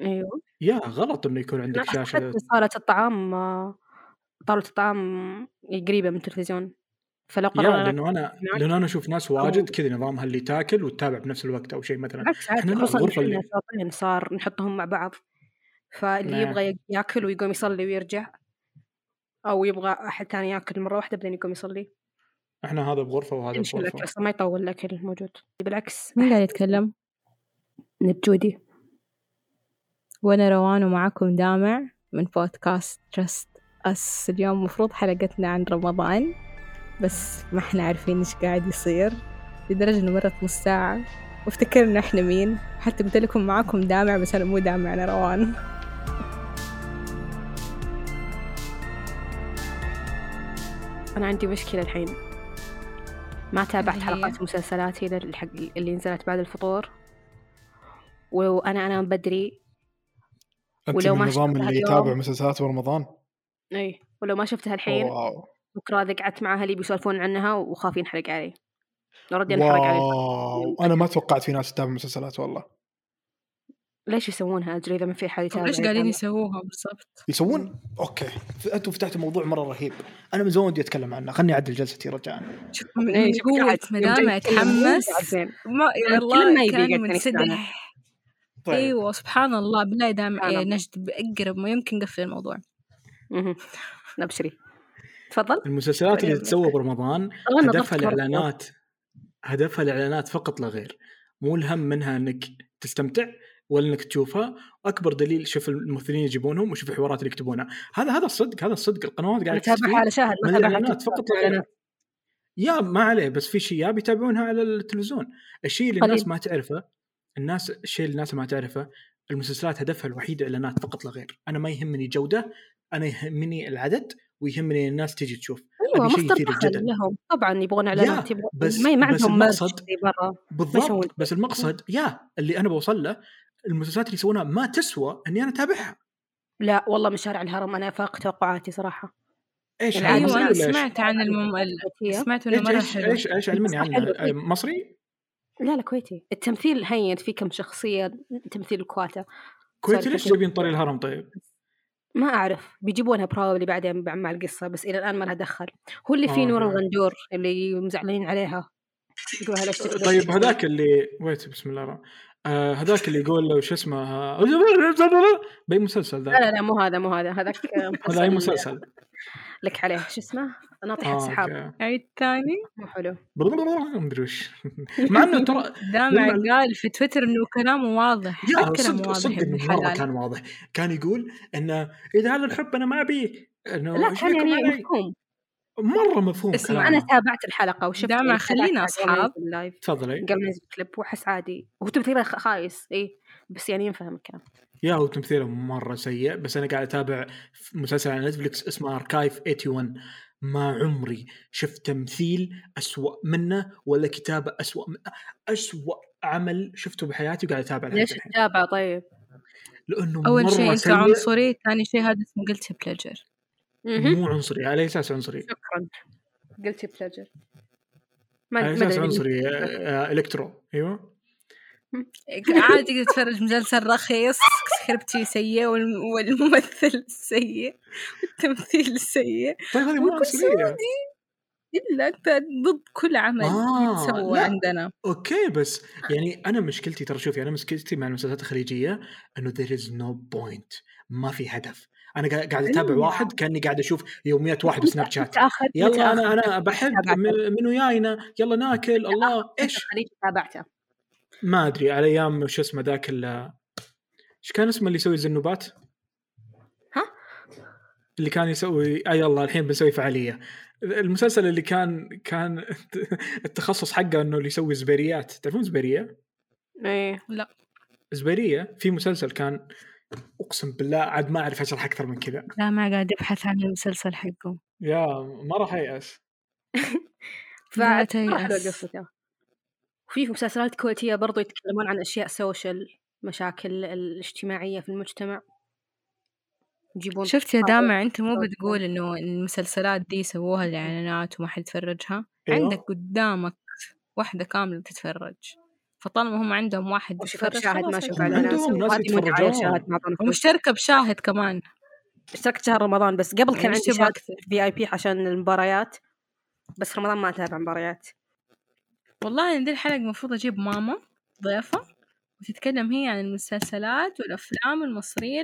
S3: أيوه.
S2: ايوه
S1: يا غلط انه يكون عندك
S2: لا،
S1: شاشه
S2: نعم، حتى صالة الطعام آه، طاولة الطعام قريبة من التلفزيون فلو
S1: يا
S2: قررنا
S1: لانه انا
S2: ناكل.
S1: لانه انا اشوف ناس واجد كذا نظامها اللي تاكل وتتابع بنفس الوقت او شيء مثلا
S2: بالعكس
S1: إحنا
S2: عادي
S1: لا،
S2: خصوصا إن
S1: الغرفة اللي-
S2: إحنا شاطين صار نحطهم مع بعض فاللي
S1: نعم.
S2: يبغى ياكل ويقوم يصلي ويرجع او يبغى احد ثاني ياكل مره واحده بعدين يقوم يصلي
S1: احنا هذا بغرفه وهذا
S2: يمشي
S1: بغرفه
S2: الاكل اصلا ما يطول الاكل الموجود بالعكس
S3: مين قاعد يتكلم
S2: نبجودي
S3: وانا روان ومعكم دامع من بودكاست ترست اس اليوم مفروض حلقتنا عن رمضان بس ما احنا عارفين ايش قاعد يصير لدرجة انه مرت نص ساعة وافتكرنا احنا مين حتى قلت لكم معاكم دامع بس انا مو دامع انا روان
S2: انا عندي مشكله الحين ما تابعت
S3: اللي هي؟
S2: حلقات مسلسلاتي للحق اللي نزلت بعد الفطور وانا انام بدري
S4: انت
S2: ولو
S4: من
S2: ما
S4: النظام
S2: شفتها
S4: اللي
S2: اليوم-
S4: يتابع مسلسلات برمضان
S2: اي ولو ما شفتها الحين
S4: واو
S2: بكره اذا قعدت مع اهلي بيسولفون عنها وخاف ينحرق علي لو ردي انحرق علي
S4: واو انا ما توقعت في ناس تتابع مسلسلات والله
S2: ليش يسوونها اجري اذا ما في حد يتابع
S5: طب ليش طيب، قاعدين
S2: يتابع.
S5: يسووها بالضبط؟
S4: يسوون اوكي انتم فتحتوا موضوع مره رهيب انا من زمان ودي اتكلم عنه خلني اعدل جلستي رجاء
S5: شوف
S2: إيه،
S5: من
S2: شوف
S5: قوة
S2: قاعد
S5: مدامع
S2: يتكلم.
S5: تحمس
S2: زين.
S5: ما يا
S2: الكلام ما
S5: الله
S2: يبي
S5: كان
S2: يقعد يسمعنا.
S5: منسدح
S1: طيب.
S2: أيوة.
S3: أيوة،
S5: ايوه سبحان الله بالله دام
S2: طيب. سبحان
S5: يا
S2: الله.
S5: نجد باقرب ما يمكن قفل الموضوع
S2: مهم. نبشري تفضل
S1: المسلسلات اللي
S2: طيب.
S1: تتسوى برمضان
S2: أنا ضفت
S1: هدفها
S2: مرة.
S1: الاعلانات هدفها الاعلانات فقط لا غير مو الهم منها انك تستمتع ولا انك تشوفها اكبر دليل شوف الممثلين يجيبونهم وشوف الحوارات اللي يكتبونها هذا هذا الصدق هذا الصدق القنوات قاعده
S2: اتابعها على شاهد ما
S1: من
S2: اتابعها
S1: الاعلانات فقط لا غير يا ما عليه بس في شيء يا بيتابعونها على التلفزيون الشيء اللي
S2: قليل.
S1: الناس ما تعرفه الناس الشيء اللي الناس ما تعرفه المسلسلات هدفها الوحيد اعلانات فقط لا غير انا ما يهمني جوده انا يهمني العدد ويهمني الناس تجي تشوف
S2: ايوه
S1: هذا شيء
S2: مصدر
S1: يثير
S2: دخل
S1: الجدل.
S2: لهم طبعا يبغون اعلانات يبغون
S1: بس-
S2: ما ما
S1: بس
S2: عندهم merch
S1: المقصد-
S2: زي برا يسوون
S1: بالضبط
S2: كذا.
S1: بس المقصد يا اللي انا بوصل له المسلسلات اللي يسوونها ما تسوى اني انا اتابعها
S2: لا والله مشارع الهرم انا فاق توقعاتي صراحه
S1: ايش
S2: يعني
S1: هذا؟
S5: ايوه
S3: أيوة،
S1: مصري
S5: انا
S1: ولا إيش؟
S5: سمعت عن المم...
S2: أيوة.
S5: ال-
S2: الكويتية.
S5: سمعت انه
S1: ايش
S5: مره
S1: ايش
S5: حلو
S1: ايش ايش علمني
S2: بس حلو.
S1: عنها مصري
S2: لا لا كويتي التمثيل هين في كم شخصيه تمثيل الكواتا
S1: كويتي
S2: سوري،
S1: ليش
S2: كويتي.
S1: جايبين طريق الهرم طيب؟
S2: ما اعرف بيجيبونها بروبلي بعدين بع- مع القصه بس الى الان ما لها دخل هو اللي فيه
S1: آه،
S2: نور
S1: أوكي.
S2: الغندور اللي مزعلانين عليها يقولها ليش تقدر-
S1: طيب هذاك اللي ويت بسم الله الرحمن آه هذاك اللي يقول له شو اسمه آه، باي مسلسل
S2: لا
S1: ذا
S2: لا لا مو هذا مو هذا هذاك
S1: هذا اي مسلسل
S2: لك عليه شو اسمه ناطحة
S1: اه
S2: سحاب
S1: أوكي. آه،
S5: عيد ثاني
S2: مو حلو
S1: مدري وش مع انه ترى
S5: دامع
S1: لما-
S5: قال في تويتر انه كلامه واضح
S1: يا
S5: كلامه
S1: صدق
S5: واضح
S1: صدق
S5: يا ابن
S1: انه مره
S5: الحلال.
S1: كان واضح كان يقول انه اذا هذا الحب انا ما ابيه انه
S2: لا
S1: ايش
S2: كان
S1: بيكم
S2: يعني
S1: علي؟
S2: مفهوم
S1: مره مفهوم
S5: اسمع،
S1: كلامه.
S2: انا تابعت الحلقه وشفت
S5: دامع
S2: يعني
S5: خلينا
S2: تابعت
S5: أصحاب.
S2: في اللايف
S1: تفضلي
S2: قبل ما ينزل الكليب واحس عادي هو تمثيله خ- خايس اي بس يعني ينفهم الكلام
S1: يا هو تمثيله مره سيء بس انا قاعد اتابع مسلسل على نتفلكس اسمه اركايف 81 ما عمري شفت تمثيل أسوأ منه ولا كتابه أسوأ من أسوأ عمل شفته بحياتي وقاعد اتابع لحد
S2: ليش
S1: الحين
S2: تتابع طيب؟
S1: لانه
S5: اول
S1: مره
S5: شيء انت
S1: سيء
S5: عنصري ثاني شيء هذا اسمه قلت بلجر
S2: مهم.
S1: مو عنصري على اساس عنصري
S2: شكرا قلت بلجر
S1: على اساس عنصري آه، آه، الكترو ايوه
S5: عادي تتفرج مسلسل رخيص سكريبتي سيء والم- والممثل سيء والتمثيل سيء
S1: طيب هذه مو
S5: وكل
S1: عنصريه
S5: سعودي الا انت ضد كل عمل
S1: آه،
S5: يتسوى
S1: لا.
S5: عندنا
S1: اوكي بس يعني انا مشكلتي ترى شوفي انا مشكلتي مع المسلسلات الخليجيه انه there is no point ما في هدف انا قاعد قاعد اتابع
S2: أيوة.
S1: واحد كاني قاعد اشوف يوميات واحد بسناب شات
S2: متأخر
S1: يلا
S2: متأخر.
S1: انا انا بحب
S2: تابعته.
S1: م- من وياينا يلا ناكل الله ايش
S2: خليك تابعته
S1: ما ادري على ايام شو اسمه ذاك ال- ايش كان اسمه اللي يسوي الزنوبات؟
S2: ها؟
S1: اللي كان يسوي اي يلا الحين بنسوي فعاليه المسلسل اللي كان كان التخصص حقه انه اللي يسوي زبيريات تعرفون زبيريه؟
S2: ايه
S1: زبيريه في مسلسل كان اقسم بالله عاد ما اعرف اشرح اكثر من كذا
S5: لا ما قاعد ابحث عن المسلسل حقه
S1: يا ما راح يأس
S5: لا
S2: فعلا حلوة
S5: تيأس.
S2: قصته وفي مسلسلات كويتية برضو يتكلمون عن أشياء سوشيال مشاكل الاجتماعية في المجتمع يجيبون
S5: شفت يا دامع انت مو بتقول انه المسلسلات دي سووها
S6: أيوه.
S5: الاعلانات وما حد يتفرجها
S1: أيوة.
S5: عندك قدامك واحدة كاملة تتفرج
S3: فطالما هم عندهم واحد
S2: وشوف
S3: يتفرج،
S2: شاهد ما
S3: خلاص
S2: شوف
S3: يكون
S6: على
S2: اعلانات
S6: عندهم ناس
S2: وهذه متعة
S6: يتفرجون.
S2: شاهد ما أظن.
S3: ومشتركة بشاهد كمان
S2: اشتركت شهر رمضان بس قبل كان
S3: يعني
S2: عندي
S3: اشتباه
S2: شهر
S3: أكثر.
S2: في اي بي عشان المباريات بس رمضان ما اتابع مباريات
S3: والله أنا دي الحلقة المفروض أجيب ماما ضيفة وتتكلم هي عن المسلسلات والأفلام المصرية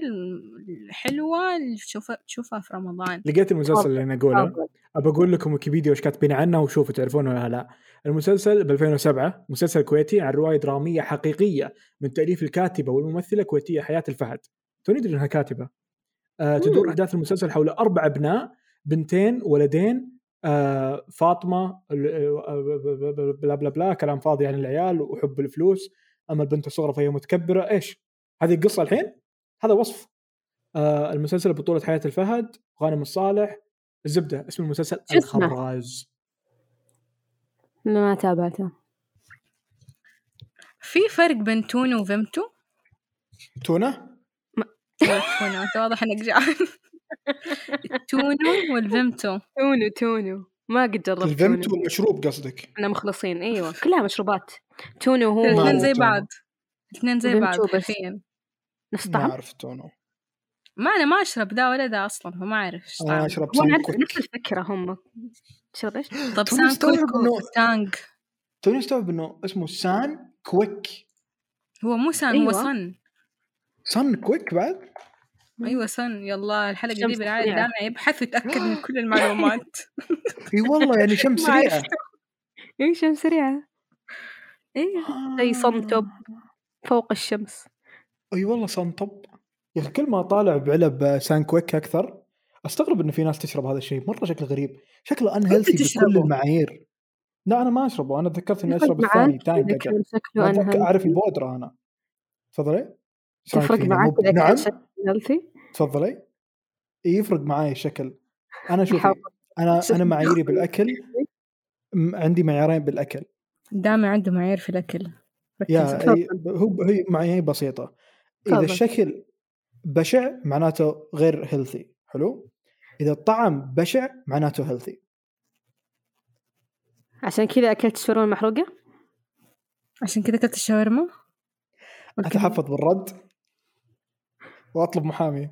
S3: الحلوة اللي تشوفها تشوفها في رمضان
S6: لقيت المسلسل اللي انا اقوله ابى اقول لكم ويكيبيديا وش كاتبين عنه وشوفوا تعرفون ولا لا. المسلسل ب 2007 مسلسل كويتي عن روايه دراميه حقيقيه من تاليف الكاتبه والممثله الكويتيه حياه الفهد. تو ندري انها كاتبه. آه تدور احداث المسلسل حول اربع ابناء بنتين ولدين آه فاطمه ال- آه، بلا بلا بلا كلام فاضي عن العيال وحب الفلوس اما البنت الصغرى فهي متكبره ايش؟ هذه القصه الحين؟ هذا وصف. آه المسلسل بطوله حياه الفهد غانم الصالح الزبده اسم المسلسل
S2: شو اسمه؟
S6: الخراز
S2: انا ما تابعته
S3: في فرق بين تونو وفيمتو
S1: تونه؟
S3: تونو أنت واضح إنك جعان التونو والفيمتو
S2: تونو تونو ما قد جربت
S1: الفمت والمشروب قصدك
S2: احنا مخلصين ايوه كلها مشروبات تونو هو
S3: الاثنين
S1: ما
S3: زي
S1: أعرف.
S3: بعض الاثنين زي
S2: فيمتو
S3: بعض
S2: بس.
S3: حرفيا
S2: نفس
S1: ما
S2: طعم
S1: اعرف تونه
S3: ما أنا ما أشرب ده ولا ده أصلا فما أعرف إيش
S1: انا
S3: طعمه.
S1: اشرب
S2: هو
S1: آه، سمك
S2: عندك
S1: كويك
S2: نفس الفكره هم تشرب ايش؟
S3: طب
S1: توني
S3: سان
S1: استوعب
S3: كويكو
S1: إنه-
S3: تانج
S1: توني استوعب انه اسمه سان كويك
S3: هو مو سان هو
S2: أيوة.
S3: صن
S1: سان كويك بعد؟
S3: ايوه صن يلا الحلقه
S2: شمس
S3: دي بالعاده
S2: سريعة.
S3: دامع يبحث ويتاكد من كل المعلومات
S1: اي والله يعني شمس
S2: ما
S1: سريعه
S2: اي إيه، شمس سريعه اي زي
S1: آه.
S2: صنتب. فوق الشمس
S1: اي والله صنطب يا اخي كل ما طالع بعلب سان كويك اكثر استغرب انه في ناس تشرب هذا الشيء مره شكله غريب شكله ان هيلثي بكل
S3: تشربه؟
S1: المعايير لا انا ما اشربه انا تذكرت اني
S2: كنت
S1: اشرب
S2: معاك
S1: الثاني تانج
S2: إذا
S1: اجل
S2: كان شكله
S1: ما أتوقع
S2: انها
S1: اعرف البودره انا تفضلي إيش رأيك
S2: تفرق
S1: فيني؟
S2: معاك
S1: مو-
S2: إذا كان
S1: نعم
S2: شكله healthy؟
S1: تفضلي إيه، يفرق معاي الشكل انا شوفي
S2: حاضر.
S1: انا
S2: شوفي.
S1: انا معاييري بالاكل م- عندي معيارين بالاكل
S3: دامع عنده معايير في الاكل ركز.
S1: يا أي- هو هي معايير بسيطه اذا
S2: تفضل.
S1: الشكل بشع معناته غير هيلثي حلو اذا الطعم بشع معناته هيلثي
S2: عشان كذا اكلت الشوربه المحروقه
S3: عشان كذا اكلت الشاورما والكبدة.
S1: اتحفظ بالرد واطلب محامي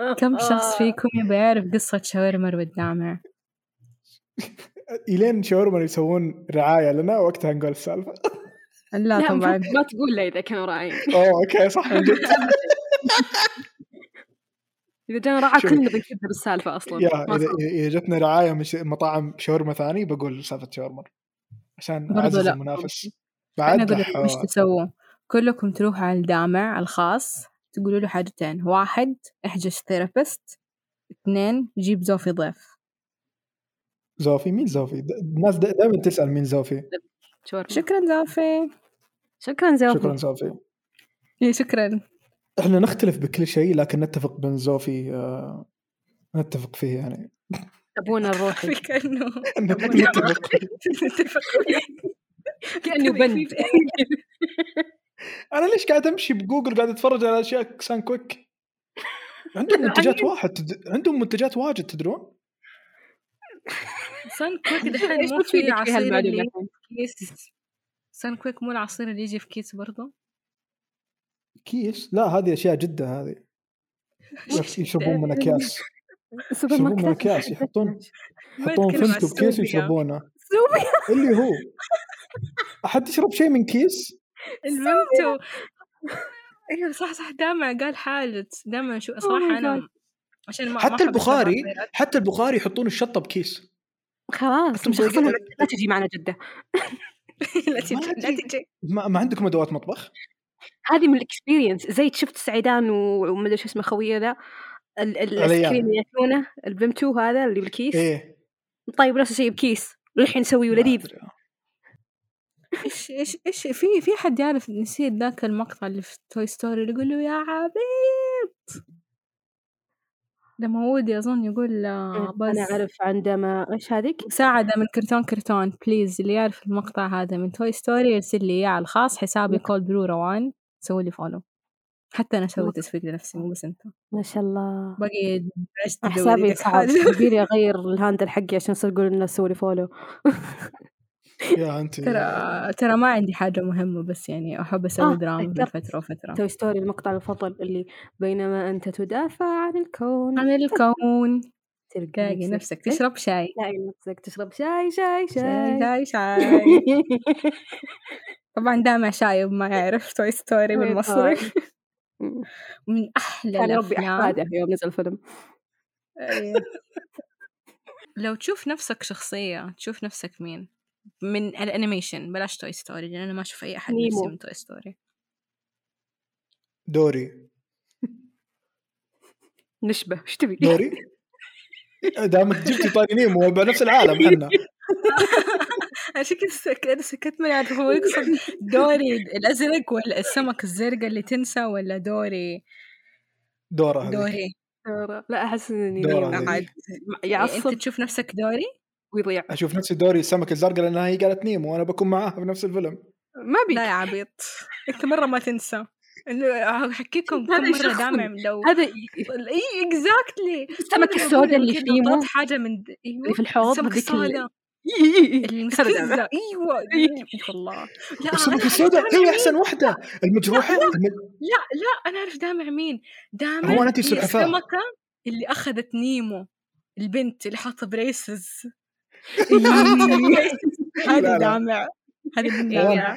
S2: آه،
S3: كم شخص فيكم يبي يعرف قصه شاورما والدامع
S1: الين شاورما يسوون رعايه لنا وقتها نقول السالفه
S3: لا طبعا
S2: ما تقول له اذا كانوا راعين
S1: اوه اوكي صح من جد
S2: اذا جانا راعى
S1: شوف.
S2: كلنا بنكذب السالفه اصلا
S1: يا
S2: ما
S1: اذا
S2: صار.
S1: اذا جتنا رعايه من ش- مطاعم شاورما ثاني بقول سالفه شاورما عشان
S3: برضو
S1: اعزز
S3: لا.
S1: المنافس
S3: انا
S1: بعد
S3: اقول لكم ايش تسووا كلكم تروحوا على الدامع الخاص تقولوا له حاجتين واحد احجز ثيرابيست اثنين جيب زوفي ضيف
S1: زوفي مين زوفي؟ د- الناس دائما تسال مين زوفي
S2: شوربة.
S3: شكرا زوفي
S2: شكرا زوفي
S1: شكرا زوفي
S3: إيه، شكرا
S1: احنا نختلف بكل شيء لكن نتفق بين زوفي آه، نتفق فيه يعني
S2: ابونا الروحي
S3: في كانه
S1: نتفق
S2: كانه بند
S1: انا ليش قاعد امشي بجوجل قاعد اتفرج على اشياء سان كويك عندهم منتجات
S3: أيوة.
S1: واحد تد... عندهم منتجات واجد تدرون
S3: سان كويك
S2: ايش
S3: دحين مو في
S2: بتفيدك فيها
S3: عصير اللي
S2: المعلومه
S3: في كيس سان كويك مو العصير اللي يجي في كيس برضه
S1: كيس لا هذه اشياء جده هذه يشربون من اكياس
S2: سوبر
S1: يشربون من
S2: ماركت
S1: اكياس يحطون
S3: ما
S1: يحطون
S3: أتكلم عن
S1: فندق بكيس
S3: السوبيا.
S1: ويشربونه
S2: سوبر
S1: اللي هو احد يشرب شيء من كيس
S3: الممتو ايوه صح صح دامع قال حاجة دامع شو
S2: Oh my
S3: صراحة انا عشان ما ما
S1: حتى
S3: أحب
S1: البخاري
S3: أشرب عصيرات.
S1: حتى البخاري يحطون الشطه بكيس
S2: خلاص
S1: أنتم
S2: مش خصنا
S1: ضايقين-
S2: لا تجي معنا جدة
S3: لا تجي لا تجي
S1: ما, ما عندكم ادوات مطبخ
S2: هذه من الاكسبيرينس زي شفت سعيدان و- وما ادري شو اسمه خويه ذا ال- ال- الايس
S1: عليان.
S2: كريم اللي ياكلونه البمتو هذا اللي بالكيس
S1: ايه
S2: طيب نفس الشيء بكيس للحين نسويه
S1: ما
S2: لذيذ
S1: أدري.
S3: ايش ايش ايش في في حد يعرف نسيت ذاك المقطع اللي في توي ستوري اللي يقول له يا عبيط لما وودي اظن يقول آه، بس
S2: انا اعرف عندما ايش هذيك
S3: مساعدة من كرتون كرتون بليز اللي يعرف المقطع هذا من توي ستوري يرسل لي اياه على الخاص حسابي كول برو روان سوي لي فولو حتى انا اسوي تسويق لنفسي مو بس انت
S2: ما شاء الله
S3: باقي عشت
S2: حسابي
S3: دوريتك
S2: صعب
S3: هذه.
S2: كبير اغير الهاندل حقي عشان يصير يقول الناس سوي لي فولو
S1: يا انت
S3: ترى آه، ترى ما عندي حاجة مهمة بس يعني أحب أسوي
S2: آه،
S3: دراما من
S2: تذكرت.
S3: فترة وفترة
S2: توي ستوري المقطع المفضل اللي بينما انت تدافع عن الكون
S3: عن الكون
S2: تلقى
S3: تلاقي نفسك تشرب شاي
S2: تلاقي نفسك تشرب شاي شاي
S3: شاي
S2: شاي
S3: شاي شاي طبعا دامع شايب ما يعرف توي ستوري
S2: طيب.
S3: بالمصري من أحلى
S2: إيه، كان ربي
S3: الأفلام
S2: احفاده يوم نزل الفيلم
S3: أيوة.
S7: لو تشوف نفسك شخصية تشوف نفسك مين؟ من الانيميشن بلاش توي ستوري لان انا ما اشوف اي احد نفسي
S2: نيمو.
S7: من توي ستوري
S1: دوري
S2: نشبه ايش تبي؟
S1: دوري دامك جبتي طاري نيمو بنفس العالم احنا
S7: عشان كذا سكت سكت ما عارف هو يقصد
S3: دوري الأزرق ولا السمك الزرقاء اللي تنسى ولا دوري
S1: دورة هذيك.
S3: دوري
S2: لا احس اني
S1: دورة
S2: نايمة.
S3: يعني.
S1: هذيك.
S7: عاد
S2: يعصب.
S7: انت إيه، تشوف نفسك دوري
S2: ويضيع
S1: اشوف نفسي دوري السمك الزرقاء لانها هي قالت نيمو وانا بكون معاها في نفس الفيلم
S2: ما بيك
S7: لا يا عبيط انت مره ما تنسى إنه احكيكم
S2: هذا
S7: كم مره
S2: يشخصن.
S7: دامع لو
S2: هذا إيه، ي-
S7: اي اكزاكتلي
S2: السمكة السوداء اللي في مو-
S7: حاجه من د- ايوه
S2: اللي في الحوض
S7: السمكه
S2: هذيك اللي-
S7: السوداء
S2: هذا دامع.
S7: المستفزه
S2: أيوة،
S7: ايوه والله لا
S1: والسمك السوداء أيوة. هي احسن واحده المجروحه الم-
S7: لا لا انا اعرف دامع مين دامع
S1: هو أنت
S7: هي
S1: سلحفاة.
S7: السمكه اللي اخذت نيمو البنت اللي حاطه بريسز
S2: أيوة.
S1: لا.
S7: هذا دامع هذا اللي دامع.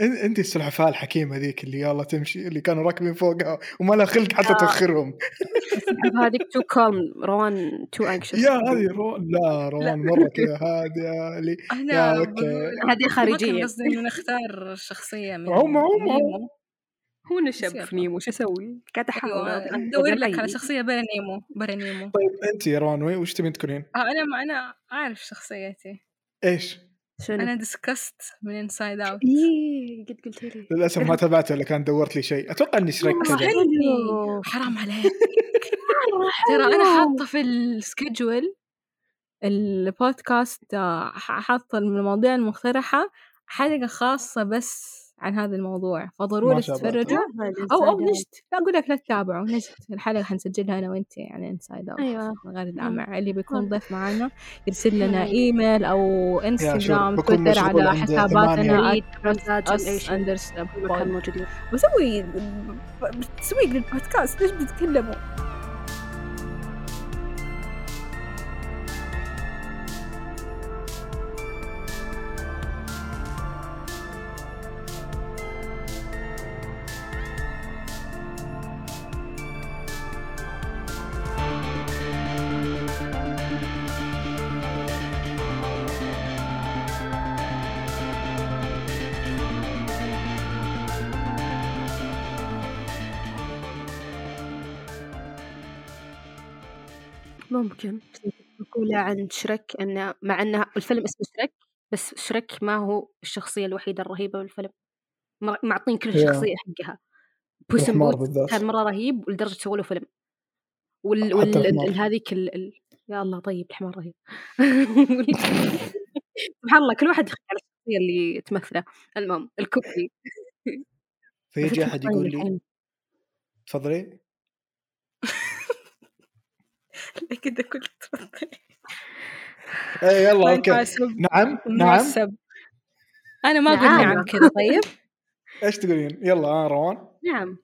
S1: أن- انت السلحفاه الحكيمه ذيك اللي يلا تمشي اللي كانوا راكبين فوقها وما لها خلق حتى توخرهم
S2: هذيك تو كالم روان تو انكشس
S1: يا هذه روان لا روان مره كذا هاديه اللي
S7: انا
S1: يا اوكي
S2: هذه
S7: ما كان
S2: خارجية
S7: قصدي انه نختار شخصية من
S1: عوم- عوم- عوم.
S7: نيمو.
S2: هو نشب في نيمو شو اسوي؟ قاعد احاول
S7: ايوه ندور لك على شخصية برا نيمو برا نيمو
S1: طيب انت يا روان وي- وش تبين تكونين؟
S7: آه انا ما انا اعرف شخصيتي
S1: ايش؟
S7: انا ديسكست من انسايد اوت
S2: ايه قد قلت لي
S1: للاسف ما تابعته الا كان دورت لي شيء اتوقع اني شريك كذا
S2: حلو.
S7: حرام عليك ترى انا حاطة في السكجول
S3: البودكاست آه، ح- حاطة من المواضيع المقترحة حلقة خاصة بس عن هذا الموضوع
S1: ما
S3: فضروري
S1: شاء الله.
S3: تتفرجوا أو أو نجت لا أقول لك لا تتابعوا نجت الحلقة حنسجلها أنا وأنت يعني انسايد أوت
S2: أيوة.
S3: من غير دامع اللي بيكون ضيف معانا يرسل لنا إيميل أو
S1: شوف،
S3: انستغرام
S1: بكون
S3: تويتر
S1: مشغول
S3: على
S1: عند
S3: حساباتنا
S1: ثمانية.
S3: us underscore
S2: مكان موجودين
S3: بسوي بتسويق للبودكاست ليش بتتكلموا؟
S2: ممكن مقولة عن شرك أنه مع أنه الفيلم اسمه شرك بس شرك ما هو الشخصية الوحيدة الرهيبة بالفيلم مر- معطين كل
S1: يا.
S2: شخصية حقها بوس إن
S1: الحمار
S2: بوت
S1: بالذات.
S2: كان مرة رهيب ولدرجة سووا له فيلم وال,
S1: حتى
S2: وال...
S1: الحمار.
S2: ال- هذيك ال... ال... يا الله طيب الحمار رهيب سبحان الله كل واحد يخلق على الشخصية اللي تمثله المهم الكوبي
S1: فيجي
S2: طيب
S1: احد يقول لي تفضلي
S7: كذا كنت تفضلي.
S1: اي
S7: ما
S1: إيه، يلا
S7: ينفع
S3: طيب،
S1: اوكي
S7: أسب
S1: نعم
S7: وما
S1: نعم
S7: أسب. انا ما اقول
S2: نعم.
S7: نعم كذا طيب
S1: ايش تقولين؟ يلا ها روان
S2: نعم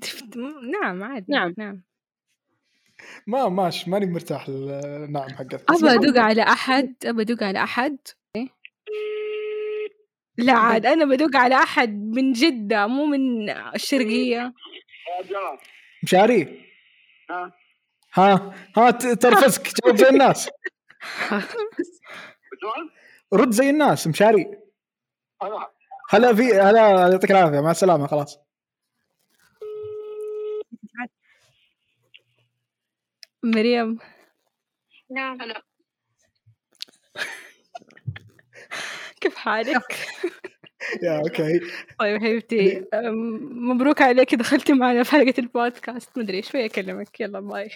S7: تفت- نعم عادي
S2: نعم.
S7: نعم
S1: ما ماش ماني مرتاح للنعم حقتك
S3: أبى أدق على أحد أبى أدق على أحد طيب. إيه؟ لا عاد أنا بدق على أحد من جدة مو من الشرقية
S1: مشاري آه. ها ها ت- ترفسك جاوب زي الناس رد زي الناس مشاري هلا في هلا يعطيك العافيه مع السلامه خلاص
S3: مريم
S8: نعم
S3: كيف حالك؟
S1: يا اوكي
S3: طيب حبيبتي أم، مبروك عليك دخلتي معنا في حلقة البودكاست مدري شوي أكلمك يلا باي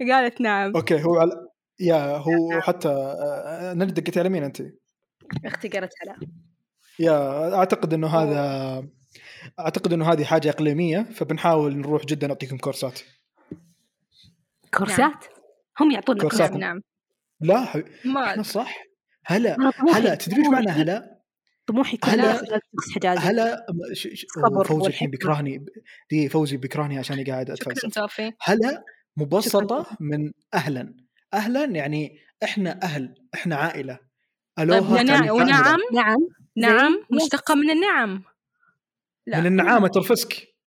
S8: باي
S3: قالت نعم
S1: اوكي هو على... يا هو حتى آه، نجد دقيت على مين انت؟
S2: أختي قالت على
S1: يا اعتقد انه هذا اعتقد انه هذه حاجه اقليميه فبنحاول نروح جدا نعطيكم كورسات
S2: كورسات هم يعطونا
S1: كورسات.
S2: كورسات
S7: نعم
S1: لا حبيبي احنا
S3: ما
S1: صح هلا
S2: أنا طموحي-
S1: هلا تدري ايش معنى هلا؟
S2: طموحي كله
S1: هلا-
S2: أشتغل شخص حجازي
S1: هلا م- ش- ش-
S2: الصبر
S1: فوزي الحين
S2: والحكمة.
S1: بيكرهني دي فوزي بيكرهني عشان قاعد اتفلسف
S3: شكرا توفي
S1: هلا مبسطه من اهلا اهلا يعني احنا اهل احنا عائله الوها
S3: طيب
S1: تعني
S3: ونع- ونعم
S2: نعم
S3: نعم
S2: زي-
S3: مشتقة من النعم
S1: فاهلة. من النعامه ترفسك